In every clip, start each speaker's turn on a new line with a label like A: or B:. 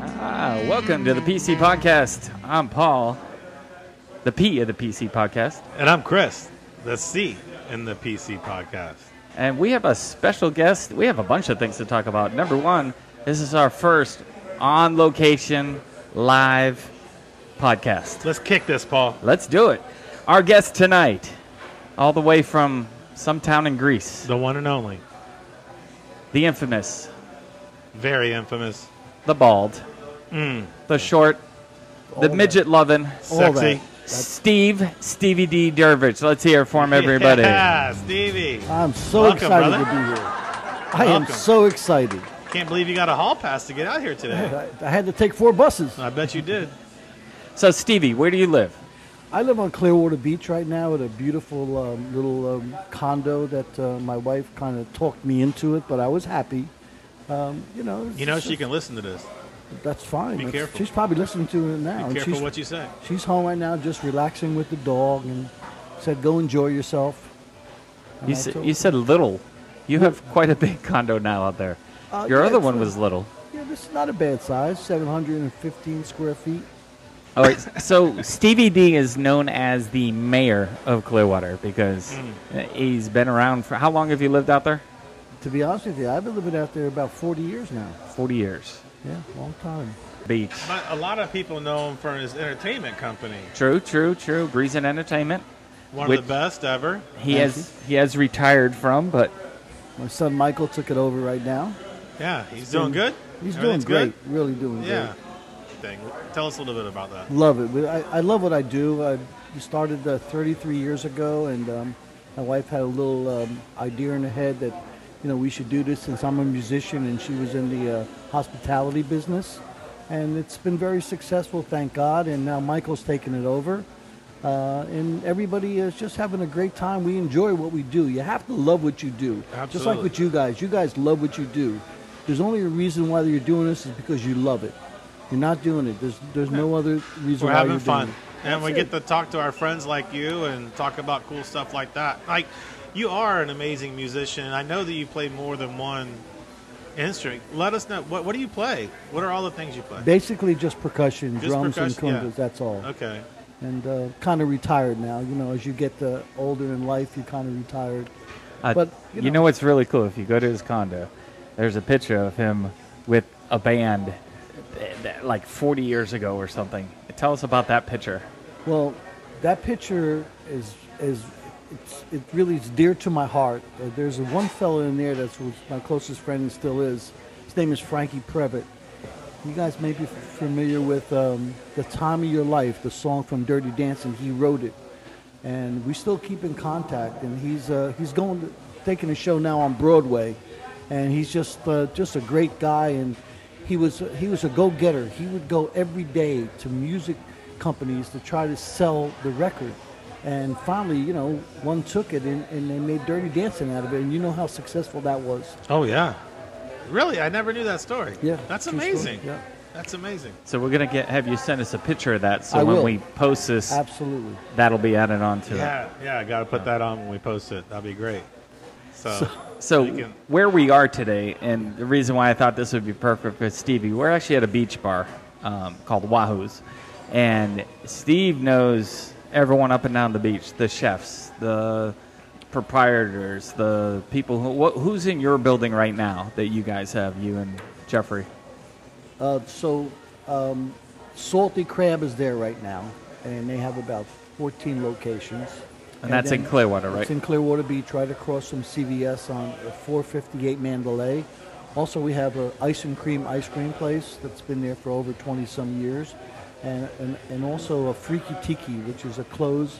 A: Uh, Welcome to the PC Podcast. I'm Paul, the P of the PC Podcast,
B: And I'm Chris, the C in the PC podcast.
A: and we have a special guest. We have a bunch of things to talk about. Number one, this is our first on location live podcast.
B: Let's kick this, Paul.
A: Let's do it. Our guest tonight, all the way from some town in Greece,
B: The one and only,
A: the infamous,
B: very infamous,
A: the bald, the short, the
C: All
A: midget loving,
B: sexy.
C: that.
A: Steve Stevie D Dervich. Let's hear it for him, everybody.
B: Yeah, Stevie.
C: I'm so
B: Welcome,
C: excited
B: brother.
C: to be here. I am
B: Welcome.
C: so excited.
B: Can't believe you got a hall pass to get out here today.
C: I, I had to take four buses.
B: I bet you did.
A: So, Stevie, where do you live?
C: I live on Clearwater Beach right now at a beautiful um, little um, condo that uh, my wife kind of talked me into it, but I was happy. Um, you know, it's
B: You know
C: just-
B: she can listen to this.
C: That's fine.
B: Be
C: That's-
B: careful.
C: She's probably listening to it now.
B: Be
C: Oh, and
B: careful
C: she's,
B: what you say.
C: she's home right now, just relaxing with the dog, and said, "Go enjoy yourself."
A: You,
C: I
A: sa-
C: told-
A: you said little. You have quite a big condo now out there.
C: Uh,
A: Your
C: yeah,
A: other
C: it's
A: one
C: a-
A: was little.
C: Yeah, this is not a bad size, 715 square feet.
A: All right. So Stevie D is known as the mayor of Clearwater because uh, he's been around for how long have you lived out there?
C: To be honest with you, I've been living out there about 40 years now.
A: Forty years.
C: Yeah, long time.
A: Beach.
B: But a lot of people know him for his entertainment company.
A: True, true, true. Grease and Entertainment.
B: One
A: Which-
B: of the best ever.
A: He
C: Thank
A: has he has retired from, but
C: My son Michael took it over right now.
B: Yeah, he's doing good.
C: He's doing
B: Everything's
C: great,
B: Oh, good?
C: really doing
B: Yeah. Thing. Tell us a little bit about that.
C: great. Love it. I, I love what I do. I started uh, 33 years ago, and um, my wife had a little um, idea in her head that, you know, we should do this since I'm a musician and she was in the uh, hospitality business. And it's been very successful, thank God. And now Michael's taken it over. Uh, and everybody is just having a great time. We enjoy what we do. You have to love what you do. Just like
B: Absolutely.
C: with you guys. You guys love what you do. There's only a reason why you're doing this is because you love it. You're not doing it. There's there's no other reason
B: We're
C: why
B: having
C: you're
B: fun,
C: doing it.
B: and we
C: That's
B: get
C: it.
B: to talk to our friends like you and talk about cool stuff like that. Like, you are an amazing musician. I know that you play more than one instrument. Let us know what what do you play? What are all the things you play?
C: basically just percussion,
B: Just
C: drums
B: percussion, yeah.
C: and congas. That's all.
B: Okay,
C: And uh, kind of retired now. You know, as you get uh, older in life, you kind of retired.
A: Uh,
C: But,
A: you,
C: you
A: know,
C: know-
A: what's really cool? If you go to his condo, there's a picture of him with a band th- th- like 40 years ago or something. Tell us about that picture.
C: Well, that picture is is it's, it really is dear to my heart. Uh, there's one fellow in there that's was my closest friend and still is. His name is Frankie Previtt. You guys may be f- familiar with um, "The Time of Your Life," the song from Dirty Dancing. He wrote it, and we still keep in contact. And he's uh, he's going to, taking a show now on Broadway, and he's just uh, just a great guy. And he was he was a go-getter. He would go every day to music companies to try to sell the record. And finally, you know, one took it and, and they made Dirty Dancing out of it. And you know how successful that was.
B: oh yeah, really? I never knew that story.
C: Yeah,
B: that's
C: true story,
B: amazing.
C: yeah.
B: that's amazing.
A: So we're gonna get have you send us a picture of that. So
C: I
A: when
C: will.
A: we post this,
C: Absolutely.
A: that'll be added on to
B: Yeah, yeah. I got to put that on when we post it. That'd be great. So,
A: it. So
B: You can-
A: where we are today, and the reason why I thought this would be perfect for Stevie, we're actually at a beach bar um, called Wahoo's, and Steve knows everyone up and down the beach, the chefs, the proprietors, the people who wh- who's in your building right now that you guys have, you and Jeffrey.
C: Uh, so, um, Salty Crab is there right now, and they have about 14 locations.
A: And that's in Clearwater, right?
C: It's in Clearwater Beach, right across from CVS on uh, 458 Mandalay. Also, we have a ice and cream ice cream place that's been there for over 20 some years, and and, and also a Freaky Tiki, which is a clothes,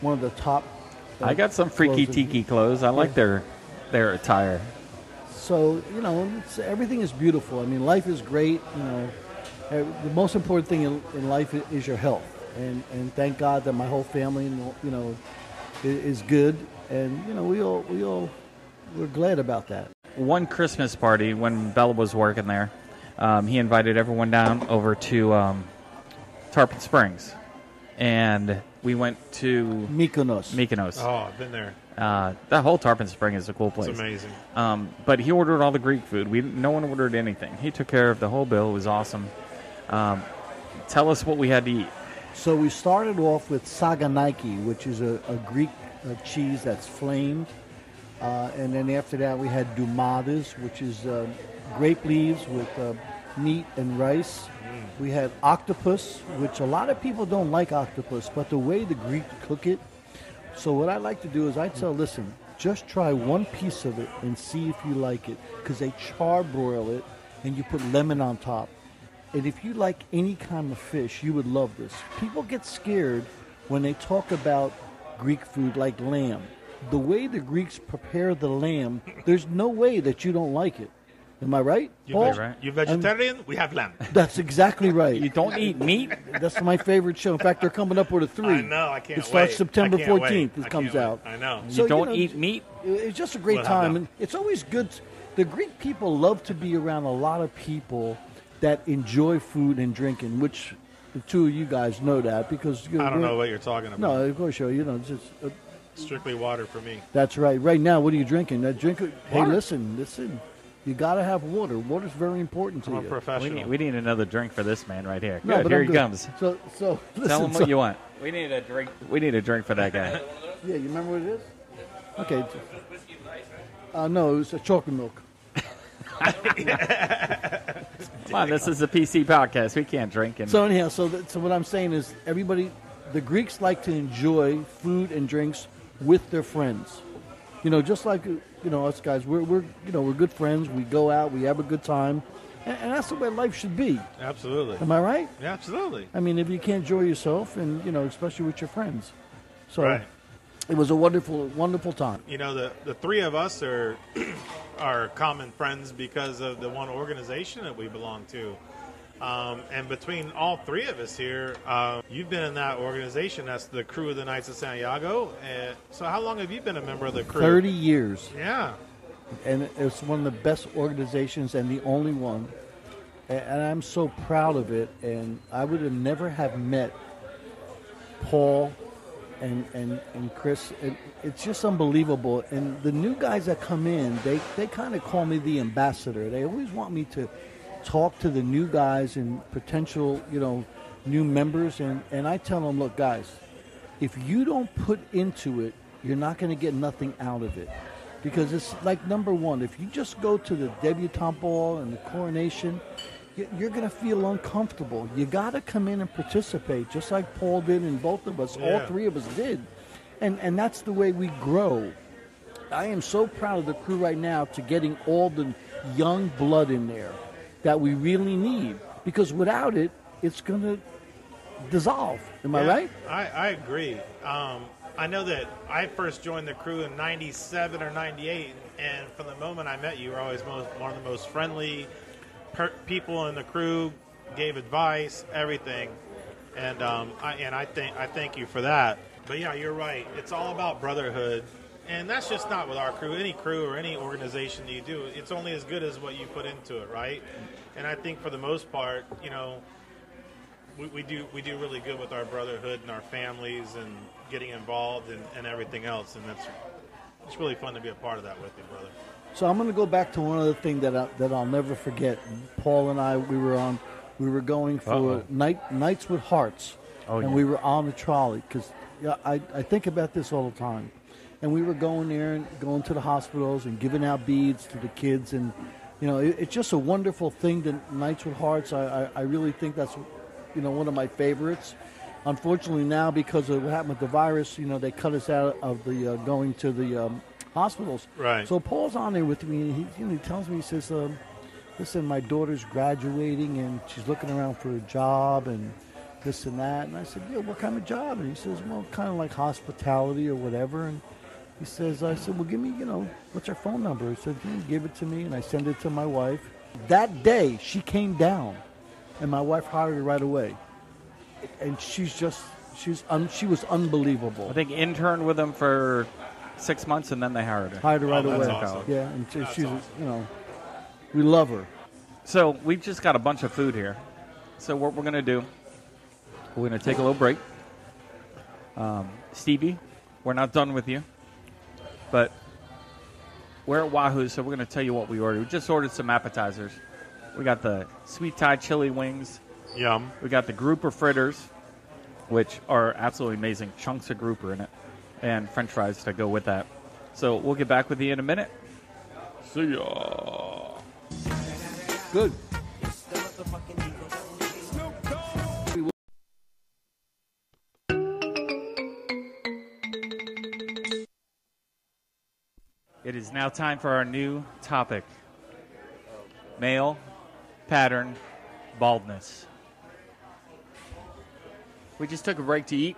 C: one of the top. uh,
A: I got some freaky
C: clothes in-
A: tiki clothes. I like their their attire.
C: So you know, it's, everything is beautiful. I mean, life is great. You know, Eh, the most important thing in, in life i- is your health, and and thank God that my whole family, you know, i- is good, and you know, we all we all we're glad about that.
A: one Christmas party when Bella was working there, um, he invited everyone down over to um, Tarpon Springs, and we went to
C: Mykonos.
A: Mykonos.
B: oh, I've been there.
A: Uh, that whole Tarpon Spring is a cool place.
B: It's amazing.
A: Um, but he ordered all the Greek food. We no one ordered anything. He took care of the whole bill. It was awesome. Tell us what we had to eat.
C: So we started off with saganaki, which is a, a Greek uh, cheese that's flamed. Uh, and then after that, we had dumadas, which is uh, grape leaves with uh, meat and rice. We had octopus, which a lot of people don't like octopus, but the way the Greeks cook it. So what I like to do is I tell, listen, just try one piece of it and see if you like it, because they charbroil it and you put lemon on top. And if you like any kind of fish, you would love this. People get scared when they talk about Greek food like lamb. The way the Greeks prepare the lamb, there's no way that you don't like it. Am I right?
B: You
C: Paul?
B: veg- You vegetarian? we have lamb.
C: That's exactly right.
A: You don't eat meat?
C: That's my favorite show. In fact, they're coming up with a three.
B: I know. I can't
C: It starts
B: wait.
C: September
B: I can't wait.
C: 14th.
B: I
C: It
B: can't
C: comes
B: wait.
C: out.
B: I know.
C: So,
A: you don't
C: know,
A: eat meat?
C: it- It's just a great
B: Well, how
C: time,
B: about-
C: and it's always good. The Greek people love to be around a lot of people that enjoy food and drinking, which the two of you guys know that because you
B: I don't
C: we're-
B: know what you're talking about.
C: No, of course you. You know, just uh,
B: Strictly water for me.
C: that's right. Right now, what are you drinking? Uh, drink. Hey,
B: Water.
C: listen, listen. You got to have water. Water's very important to
B: I'm a
C: you.
A: We
B: professional.
A: need, we need another drink for this man right here.
C: No,
A: Good,
C: but
A: here
C: I'm
A: he
C: good.
A: comes.
C: So, so listen,
A: Tell him
C: so-
A: what you want. We need a drink. We need a drink for that guy.
C: Yeah, you remember what it is? Okay. Uh, no, it was a chocolate milk.
A: Come on, this is a PC podcast. We can't drink. And
C: So anyhow, so that, so what I'm saying is, everybody, the Greeks like to enjoy food and drinks with their friends. You know, just like you know us guys, we're we're you know we're good friends. We go out, we have a good time, and, and that's the way life should be.
B: Absolutely.
C: Am I right?
B: Yeah, absolutely.
C: I mean, if you can't enjoy yourself, and you know, especially with your friends, so
B: Right.
C: it was a wonderful, wonderful time.
B: You know, the, the three of us are are common friends because of the one organization that we belong to. Um, and between all three of us here, um, you've been in that organization. That's the crew of the Knights of Santiago. And so, how long have you been a member of the crew?
C: Thirty years.
B: Yeah.
C: and it's one of the best organizations and the only one A- and i'm so proud of it and i would have never have met paul and and and chris and it's just unbelievable and the new guys that come in they they kind of call me the ambassador they always want me to talk to the new guys and potential you know new members and and i tell them look guys if you don't put into it, you're not going to get nothing out of it. Because it's like number one, if you just go to the debutante ball and the coronation, y- you're going to feel uncomfortable. You got to come in and participate, just like Paul did and both of us, all
B: Yeah.
C: three of us did. And, and that's the way we grow. I am so proud of the crew right now to getting all the young blood in there that we really need. Because without it, it's going to dissolve. Am I
B: Yeah,
C: right?
B: I, I agree. Um, I know that I first joined the crew in 97 or 98, and from the moment I met you, you were always most, one of the most friendly per- people in the crew, gave advice, everything. And, um, I, and I, think, I thank you for that. But yeah, you're right. It's all about brotherhood. And that's just not with our crew, any crew or any organization that you do. It's only as good as what you put into it, right? And I think for the most part, you know, we, we do we do really good with our brotherhood and our families and getting involved and, and everything else and that's it's really fun to be a part of that with you brother
C: So I'm going to go back to one other thing that I, that I'll never forget. Paul and I, we were on, we were going for
A: Uh-oh.
C: night nights with hearts,
A: Oh,
C: and
A: yeah.
C: we were on the trolley because I, I think about this all the time. And we were going there and going to the hospitals and giving out beads to the kids, and you know, it, it's just a wonderful thing. The nights with hearts, I, I, I really think that's, you know, one of my favorites. Unfortunately, now because of what happened with the virus, you know, they cut us out of the uh, going to the um, hospitals.
B: Right.
C: So Paul's on there with me, and he, you know, he tells me, he says, um, listen, my daughter's graduating, and she's looking around for a job, and this and that. And I said, yeah, what kind of job? And he says, well, kind of like hospitality or whatever. And he says, I said, well, give me, you know, what's her phone number? He said, "Hmm, give it to me, and I send it to my wife. That day, she came down, and my wife hired her right away. And she's just, she's un, she was unbelievable.
A: I think interned with them for six months, and then they hired her.
C: hired her right
B: Oh,
C: away.
B: that's awesome.
C: Yeah, and she-
B: That's
C: she's,
B: awesome.
C: you know, we love her.
A: So we've just got a bunch of food here. So what we're gonna do? We're gonna take a little break. Um, Stevie, we're not done with you, but we're at Wahoo, so we're gonna tell you what we ordered. We just ordered some appetizers. We got the sweet Thai chili wings,
B: Yum.
A: We got the grouper fritters, which are absolutely amazing. Chunks of grouper in it, and French fries to go with that. So we'll get back with you in a minute. See ya.
C: Good.
A: It is now time for our new topic male pattern baldness. We just took a break to eat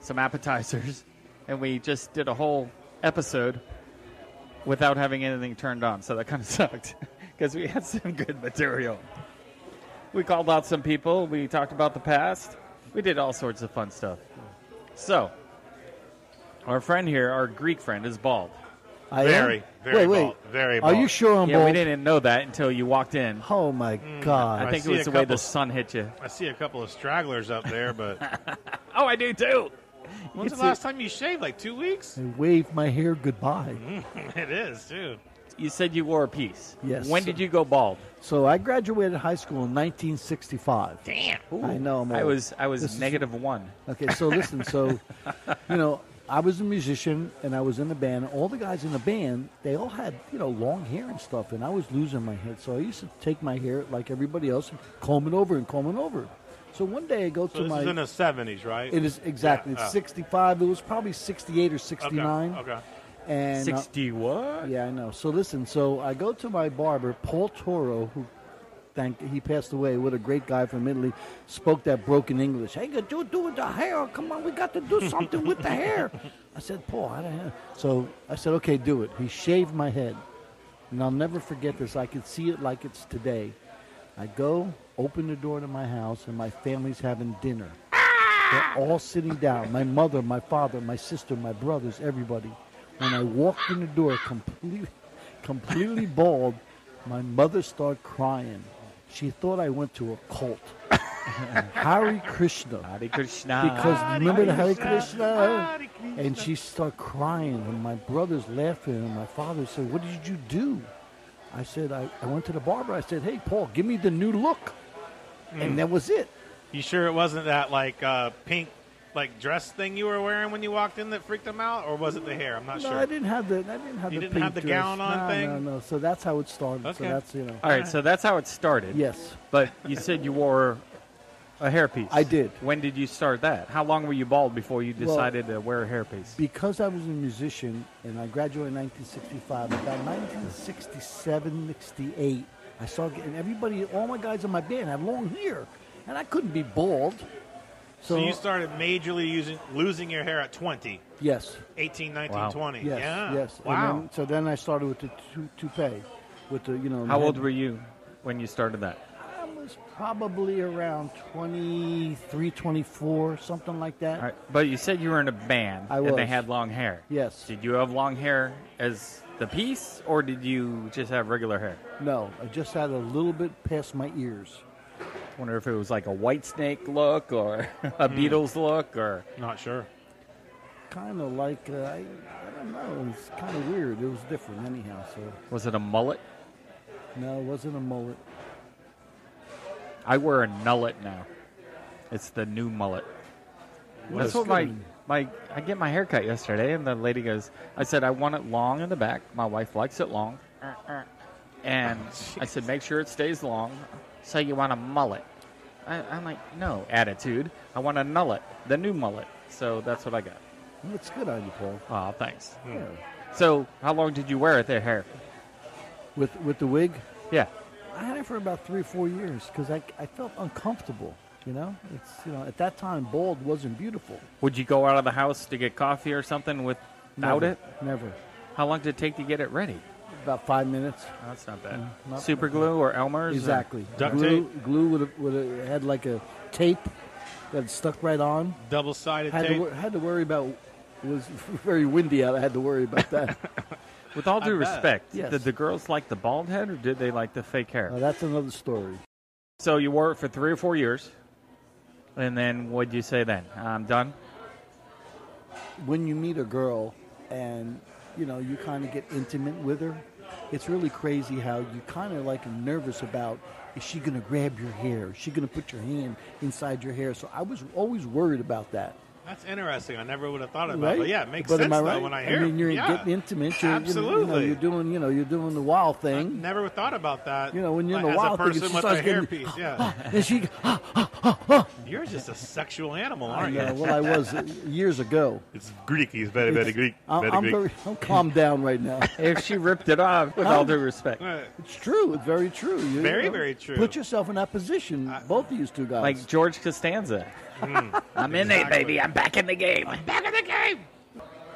A: some appetizers, and we just did a whole episode without having anything turned on, so that kind of sucked because we had some good material. We called out some people, we talked about the past, we did all sorts of fun stuff. So, our friend here, our Greek friend, is bald.
C: I am?
B: Very, very
C: wait, wait.
B: bald. Very
C: Are you
B: bald. Mm,
C: sure I'm
A: yeah,
C: bald?
A: we didn't know that until you walked in.
C: Oh my
A: I
C: God!
A: think it
B: see
A: was
B: a
A: the way
B: couple-
A: the sun hit you.
B: I see a couple of stragglers up there, but
A: Oh, I do too.
B: when's the
C: It's a-
B: last time you shaved? Like two weeks?
C: I waved my hair goodbye.
B: Mm-hmm. it is, too.
A: You said you wore a piece.
C: Yes.
A: When did you go bald?
C: So I graduated high school in 1965. Damn. I know. I'm
A: I
C: old.
A: was I
C: This
A: was
C: is-
A: negative one.
C: Okay, so listen, so you know, I was a musician and I was in a band. All the guys in the band, they all had, you know, long hair and stuff, and I was losing my head. So I used to take my hair like everybody else and comb it over and comb it over. So one day I go
B: So
C: to
B: this
C: my
B: is in the 70s, right?
C: it is exactly
B: Yeah,
C: it's
B: oh.
C: 65. It was probably 68 or
B: Okay,
C: 69.
B: Okay.
C: And uh,
A: Sixty what?
C: yeah, I know. So listen, so I go to my barber, Paul Toro, who thank he passed away. What a great guy from Italy. Spoke that broken English. Hey, you do do with the hair. Come on, we got to do something with the hair. I said, Paul, I don't know. So I said, okay, do it. He shaved my head, and I'll never forget this. I could see it like it's today. I go open the door to my house, and my family's having dinner. They're all sitting down. My mother, my father, my sister, my brothers, everybody. When I walked in the door, completely, completely bald, my mother started crying. She thought I went to a cult. Hare Krishna.
A: Hare Krishna.
C: Because remember the Hare Krishna?
B: Hare Krishna.
C: And she started crying, and my brother's laughing, and my father said, What did you do? I said, I, I went to the barber. I said, Hey, Paul, give me the new look.
B: Hmm.
C: And that was it.
B: You sure it wasn't that like uh, pink like dress thing you were wearing when you walked in that freaked them out, or was it the hair? I'm not
C: No,
B: sure.
C: I didn't have the. I didn't have
B: You
C: the.
B: didn't have
C: pink
B: the
C: dress.
B: gown on
C: no,
B: thing?
C: No, no. So that's how it started. So
B: Okay.
C: that's you know.
A: All right, so that's how it started.
C: yes,
A: But you said you wore a hairpiece.
C: I did.
A: When did you start that? How long were you bald before you decided to wear a hairpiece?
C: because I was a musician and I graduated in 1965. About 1967, 68, I started getting everybody. All my guys in my band had long hair, and I couldn't be bald. So,
B: So you started majorly using losing your hair at 20,
C: yes,
B: 18, 19,
A: Wow.
B: 20.
C: yes,
B: yeah.
C: yes.
B: Wow.
C: And then, so then I started with the tou- toupee, with the you know.
A: How old
C: head-
A: were you when you started that?
C: I was probably around 23, 24, something like that.
A: All right, but you said you were in a band
C: I
A: and they
C: was.
A: had long hair.
C: Yes.
A: Did you have long hair as the piece, or did you just have regular hair?
C: No, I just had a little bit past my ears.
A: wonder if it was like a white snake look or a Beatles look or
B: Not sure.
C: Kind of like, uh, I, I don't know, it's kind of weird. It was different anyhow, so.
A: was it a mullet?
C: No, it wasn't a mullet.
A: I wear a nullet now. It's the new mullet. That's
C: is
A: what my,
C: good?
A: my I get my hair cut yesterday and the lady goes, I said I want it long in the back. My wife likes it long. Uh-uh. And I said make sure it stays long. So you want a mullet. I, I'm like, no, attitude. I want a nullet, the new mullet. So that's what I got.
C: Looks good on you, Paul.
A: Oh, thanks.
B: Hmm.
C: Yeah.
A: So how long did you wear it, their hair?
C: With, with the wig,
A: Yeah.
C: I had it for about three or four years because I, I felt uncomfortable, you know? It's, you know, at that time, bald wasn't beautiful.
A: Would you go out of the house to get coffee or something without
C: Never,
A: it?
C: Never.
A: How long did it take to get it ready?
C: About five minutes.
A: That's not bad.
C: not
A: Super glue or Elmer's? or-
C: Exactly.
B: Duct
C: glue glue would have, would have had like a tape that stuck right on.
B: Double sided
C: Had
B: tape.
C: to, wor- had to worry about it was very windy out. I had to worry about that.
A: With all due
B: I bet.
A: respect,
C: Yes.
A: did the girls like the bald head or did they like the fake hair?
C: Now, that's another story.
A: so you wore it for three or four years, and then what'd you say then? I'm done.
C: When you meet a girl and you know you kind of get intimate with her, it's really crazy how you kind of like nervous about is she going to grab your hair? Is she going to put your hand inside your hair? So I was always worried about that.
B: That's interesting. I never would have thought about it.
C: Right?
B: But yeah, it makes
C: But
B: sense
C: am I right?
B: though when I hear
C: I mean, you're
B: yeah.
C: getting intimate. You're, You know,
B: Absolutely.
C: you're doing, you know, you're doing the wild
B: I
C: thing.
B: never thought about that.
C: You know, when you're in
B: like,
C: the wild
B: as a person
C: thing, she
B: with a
C: starts getting-
B: hairpiece, yeah.
C: and she,
B: You're just a sexual animal,
C: I
B: aren't
C: know.
B: you?
C: Well, I was uh, years ago.
D: It's Greek. He's very, very
C: It's-
D: Greek.
C: I'm,
D: Very
C: I'm
D: Greek.
C: very. I'm calmed down right now.
A: if she ripped it off, with all due respect,
B: Uh,
C: It's true. It's very true. You-
B: Very,
C: you
B: very true.
C: Put yourself in that position, both of you two guys.
A: like George Costanza. I'm in there,
B: Exactly.
A: baby. I'm back in the game.
B: Back in the game.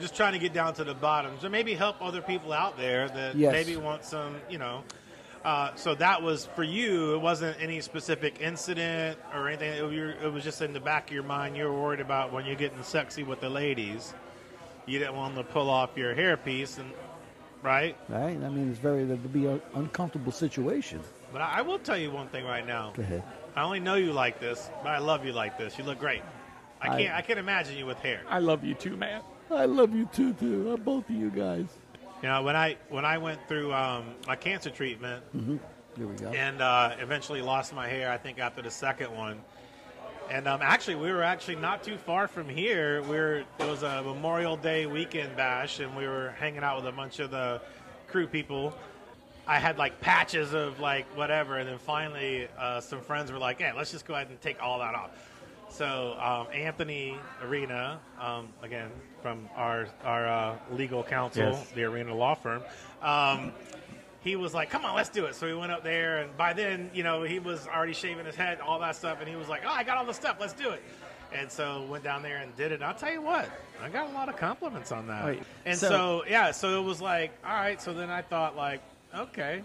B: Just trying to get down to the bottom. So maybe help other people out there that
C: Yes.
B: maybe want some, you know. Uh, so that was for you. It wasn't any specific incident or anything. It, you it was just in the back of your mind. You were worried about when you're getting sexy with the ladies. You didn't want them to pull off your hairpiece, and right.
C: right? I mean, it's very. That would be an uncomfortable situation.
B: But I, I will tell you one thing right now.
C: Go ahead.
B: I only know you like this, but I love you like this. You look great. I
C: I-
B: can't. I, can't imagine you with hair.
A: I love you too, man.
C: I love you too, too. I'm both of you guys.
B: You know, when I when I went through um, my cancer treatment
C: Here we go.
B: and uh, eventually lost my hair, I think after the second one. And um, actually, we were actually not too far from here. We were it was a Memorial Day weekend bash, and we were hanging out with a bunch of the crew people. I had like patches of like whatever, and then finally, uh, some friends were like, "Hey, let's just go ahead and take all that off." So um, Anthony Arena, um, again from our our uh, legal counsel,
A: Yes.
B: the Arena Law Firm, um, he was like, "Come on, let's do it." So we went up there, and by then, you know, he was already shaving his head, all that stuff, and he was like, "Oh, I got all the stuff. Let's do it." And so went down there and did it. And I'll tell you what, I got a lot of compliments on that.
A: Wait,
B: and
A: so-
B: so yeah, so it was like, all right. So then I thought like, okay,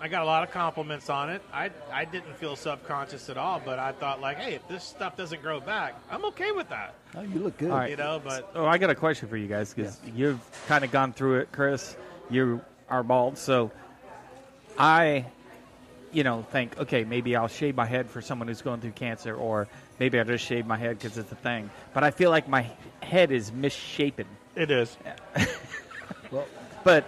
B: I got a lot of compliments on it. I, I didn't feel subconscious at all, but I thought like, hey, if this stuff doesn't grow back, I'm okay with that.
C: Oh, you look good.
A: All right.
B: You know, but
A: Oh, I got a question for you guys because you've kind of gone through it, Chris. You are bald, so I, you know, think okay, maybe I'll shave my head for someone who's going through cancer, or maybe I just shave my head because it's a thing. But I feel like my head is misshapen.
B: it is.
C: Well,
A: But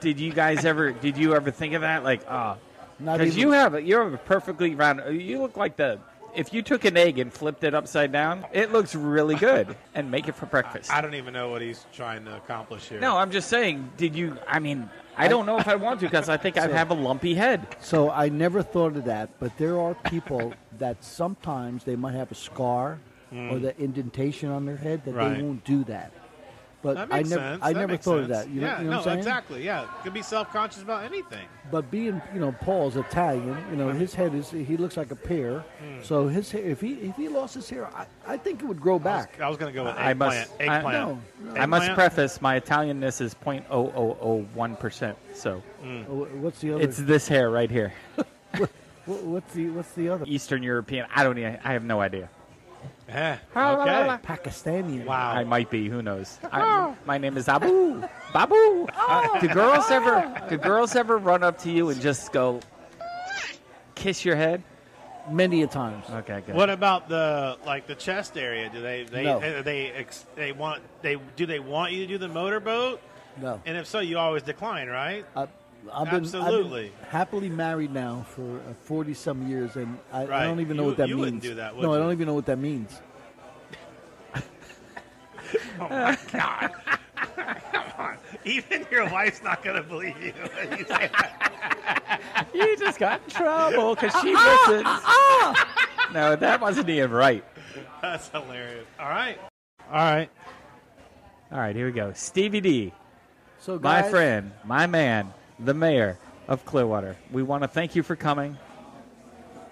A: did you guys ever? did you ever think of that? Like, ah,
C: Not
A: because
C: even-
A: you have a, you have a perfectly round. You look like the. If you took an egg and flipped it upside down, it looks really good. and make it for breakfast.
B: I don't even know what he's trying to accomplish here.
A: No, I'm just saying. Did you? I mean, I don't know if I want to because I think I'd have a lumpy head.
C: So I never thought of that, but there are people that sometimes they might have a scar or the indentation on their head that
B: Hmm. Right.
C: they won't do that. But
B: that
C: I
B: makes
C: never,
B: sense.
C: I
B: That
C: never
B: makes
C: thought of
B: sense.
C: that. You know,
B: yeah,
C: you know what
B: no,
C: I'm saying?
B: exactly. Yeah, could be self-conscious about anything.
C: But being, you know, Paul's Italian, you know, his head is—he looks like a pear.
B: Hmm.
C: So his hair, if he if he lost his hair, I, I think it would
B: I
C: grow
B: was,
C: back.
B: I was going to go with
A: I
B: eggplant.
A: must- I-
B: eggplant.
C: No, no.
A: I must
B: Eggplant?
A: preface my Italianness is 0.0001 percent. So
C: Oh, What's the other?
A: it's this hair right here,
C: wh- what's the what's the other?
A: Eastern European. I don't. e- I have no idea.
B: Eh,
A: Ah, la, la, la.
B: okay.
C: Pakistani.
B: Wow.
A: I might be. Who knows? I, my name is Abu. Babu. Uh, do girls ever? Do girls ever run up to you and just go kiss your head?
C: Many a times.
A: Okay, good.
B: What about the like the chest area? Do they they
C: No.
B: they, they, ex, they want they do they want you to do the motorboat?
C: No.
B: And if so, you always decline, right?
C: I, I've been,
B: Absolutely.
C: I've been happily married now for forty some years, and I,
B: Right.
C: I don't even know
B: You-
C: what that
B: you
C: means.
B: wouldn't do that, would
C: no, I
B: you?
C: don't even know what that means.
B: Even your wife's not going to believe you. when you say that.
A: You just got in trouble because she listens. no, that wasn't even right.
B: That's hilarious. All right. All right.
A: All right, here we go. Stevie D,
C: So,
A: my
C: guys,
A: friend, my man, the mayor of Clearwater. We want to thank you for coming.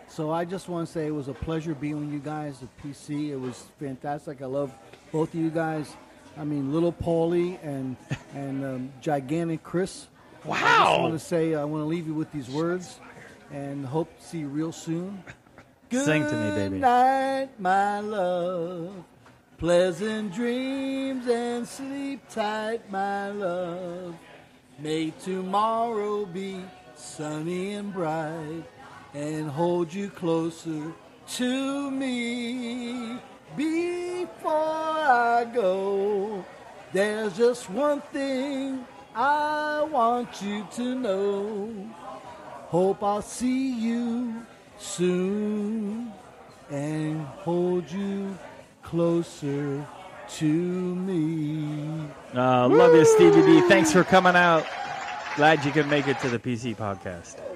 C: So I just want to say it was a pleasure being with you guys at PC. It was fantastic. I love both of you guys. I mean, little Paulie and and um, gigantic Chris. Wow. I just
B: Oh.
C: want to say I want to leave you with these words, and hope to see you real soon.
A: Sing to me, baby.
C: Good night, my love. Pleasant dreams and sleep tight, my love. May tomorrow be sunny and bright and hold you closer to me. Before I go, there's just one thing I want you to know. Hope I'll see you soon and hold you closer to me.
A: Uh, love you, Stevie D. Thanks for coming out. Glad you could make it to the PC podcast.